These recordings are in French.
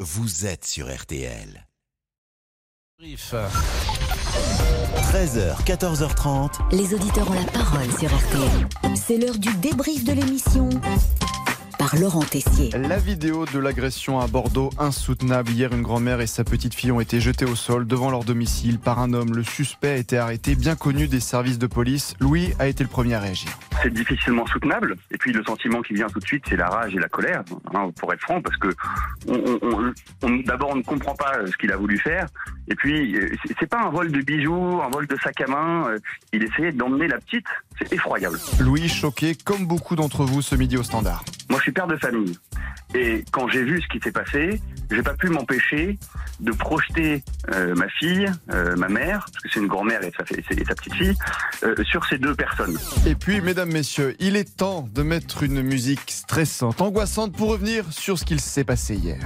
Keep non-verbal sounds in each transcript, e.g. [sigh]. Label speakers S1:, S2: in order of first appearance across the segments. S1: vous êtes sur RTL.
S2: Brief.
S1: 13h, 14h30.
S3: Les auditeurs ont la parole sur RTL. C'est l'heure du débrief de l'émission par Laurent Tessier.
S4: La vidéo de l'agression à Bordeaux insoutenable. Hier, une grand-mère et sa petite fille ont été jetées au sol devant leur domicile par un homme. Le suspect a été arrêté, bien connu des services de police. Louis a été le premier à réagir.
S5: C'est difficilement soutenable. Et puis le sentiment qui vient tout de suite, c'est la rage et Ah, la colère, hein, pour être franc, parce que on, on- on- on- d'abord on ne comprend pas euh, ce qu'il a voulu faire. Et puis euh, c'est- c'est pas un vol de bijoux, un vol de sac à main. euh, Il essayait d'emmener la petite. C'est effroyable.
S4: Louis, choqué, comme beaucoup d'entre vous ce midi au standard.
S5: Moi, je suis père de famille. Et quand j'ai vu ce qui s'est passé, j'ai pas pu m'empêcher de projeter euh, ma fille, euh, ma mère, parce que c'est une grand-mère et sa, et sa- et sa petite fille, euh, sur ces deux personnes.
S4: Et puis, mesdames, messieurs, il est temps de mettre une musique stressante, angoissante pour revenir sur ce qu'il s'est passé hier.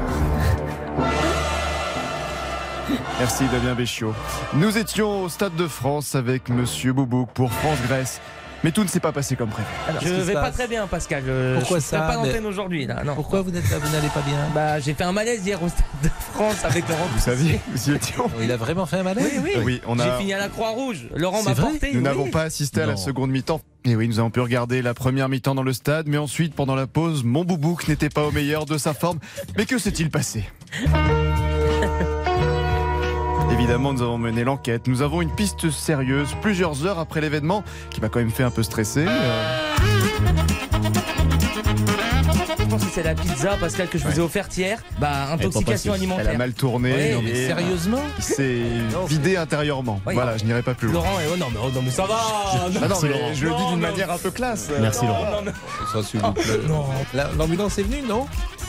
S4: Merci Damien Béchiot. Nous étions au Stade de France avec Monsieur Boubouk pour France-Grèce, mais tout ne s'est pas passé comme prévu.
S6: Je vais pas très bien, Pascal. Euh,
S2: Pourquoi
S6: je suis
S2: ça,
S6: pas
S2: mais-
S6: d'antenne aujourd'hui là. Non.
S2: Pourquoi vous n'êtes pas, vous n'allez pas bien
S6: Bah, j'ai fait un malaise hier au Stade de France avec Laurent.
S4: Vous saviez, nous y étions.
S2: Il a vraiment fait un malaise
S6: Oui, oui.
S4: Oui, on
S6: J'ai
S4: a,
S6: fini à la Croix-Rouge. Laurent
S2: C'est
S6: m'a
S2: vrai
S6: porté.
S4: Nous
S6: Eh oui.
S4: n'avons pas assisté à la
S2: Non.
S4: seconde mi-temps. Et oui, nous avons pu regarder la première mi-temps dans le stade, mais ensuite, pendant la pause, mon boubouk n'était pas au meilleur de sa forme. Mais que s'est-il
S2: [laughs]
S4: passé Évidemment, nous avons mené l'enquête. Nous avons une piste sérieuse plusieurs heures après l'événement qui m'a quand même fait un peu stresser. Euh,
S6: Je pense que c'est la pizza, Pascal, que je vous ai offerte hier. Bah, intoxication
S4: elle a
S6: alimentaire.
S4: mal tourné.
S6: Ouais,
S4: et
S6: non, mais
S2: Sérieusement
S4: Il s'est
S6: [laughs] Non, c'est-
S4: vidé intérieurement.
S6: Ouais,
S4: voilà,
S6: non.
S4: je n'irai pas plus loin.
S6: Laurent, est- oh non, mais, oh non, mais ça va.
S4: Ah non, mais je le dis
S6: Non,
S4: d'une
S6: non.
S4: manière un peu classe.
S2: Merci
S6: Non, non,
S2: Non. La- L'ambulance est venue, non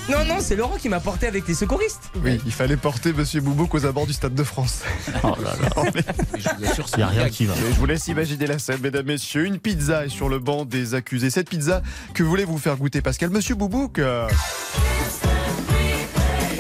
S6: non, non, non, c'est Laurent qui m'a porté avec les secouristes.
S4: Oui, il fallait porter Monsieur Boubouk aux abords du Stade de France.
S2: Oh
S4: [laughs]
S2: Je vous assure, il n'y a rien qui va.
S4: Et je vous laisse imaginer la scène, mesdames, messieurs. Une pizza est sur le banc des accusés. Cette pizza que voulez-vous faire goûter, Pascal Monsieur Boubouk euh.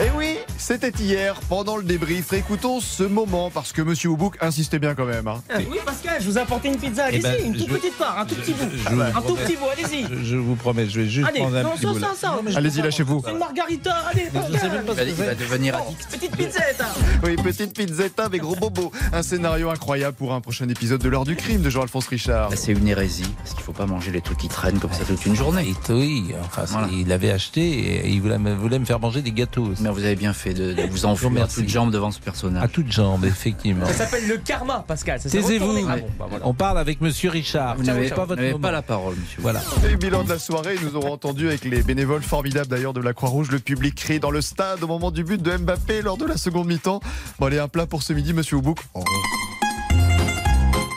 S4: Eh oui, c'était hier, pendant le débrief. Écoutons ce moment, parce que Monsieur Boubouk insistait bien quand même. hein.
S6: Oui, Pascal, je vous ai apporté une pizza.
S7: Allez-y,
S2: ben,
S7: une
S2: je-
S7: toute petite part, un tout petit bout.
S2: je-
S7: Un tout petit bout, allez-y.
S2: Je, je vous promets, je vais juste
S7: Allez,
S2: prendre un
S7: non,
S2: petit
S7: ça,
S2: bout.
S7: ça, ça.
S4: Allez-y, lâchez-vous.
S7: Une margarita, allez,
S2: Je sais même pas ce que c'est.
S7: devenir addict. Petite pizzette.
S4: Oui, petite pizzetta avec gros bobo. Un scénario incroyable pour un prochain épisode de l'heure du crime de Jean-Alphonse Richard.
S8: Bah, C'est une hérésie, parce qu'il faut pas manger les trucs qui traînent comme ça toute une journée.
S2: Et oui, enfin, c'est-
S8: Voilà.
S2: il l'avait acheté et il voulait, me- voulait me faire manger des gâteaux. aussi.
S8: Mais vous avez bien fait de, de [laughs] vous
S2: Non,
S8: enfuir à
S2: merci.
S8: toutes jambes devant ce
S2: À
S8: personnage.
S2: toutes jambes, effectivement.
S6: Ça s'appelle le karma, Pascal. Ça s'est
S2: Taisez-vous.
S6: retourné. Ah bon, bah voilà.
S2: On parle avec Monsieur Richard.
S8: Vous
S2: Tiens,
S8: Ah, n'avez
S2: c'est
S8: pas,
S2: pas votre moment.
S8: pas la parole, monsieur.
S2: Voilà.
S4: Et bilan de la soirée, nous aurons entendu avec les bénévoles formidables d'ailleurs de la Croix-Rouge, le public crie dans le stade au moment du but de Mbappé lors de la seconde mi-temps. Bon, allez, un plat pour ce midi, monsieur Boubouk.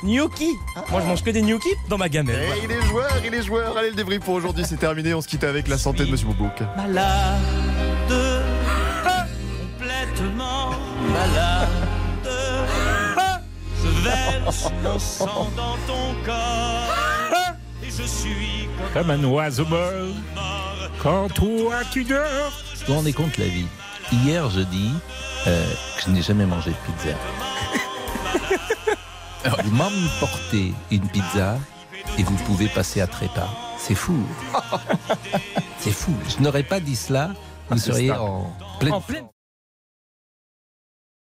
S6: Gnocchi. Moi, je mange que des gnocchi dans ma gamelle.
S4: Eh, il est joueur, il est joueur. Allez, le débrief pour aujourd'hui, c'est terminé. On se quitte avec la santé de Monsieur Boubouk.
S7: Malade. Complètement malade. Je verse mon sang dans ton corps. Et je suis
S9: Comme un oiseau mort, quand toi tu dors.
S2: Vous vous rendez compte la vie Hier, je dis euh, que je n'ai jamais mangé de [laughs] pizza. Alors, vous m'emportez une pizza et vous pouvez passer à trépas. C'est fou. [laughs] Ah, C'est fou. Je n'aurais pas dit cela. Vous seriez en pleine
S6: En pleine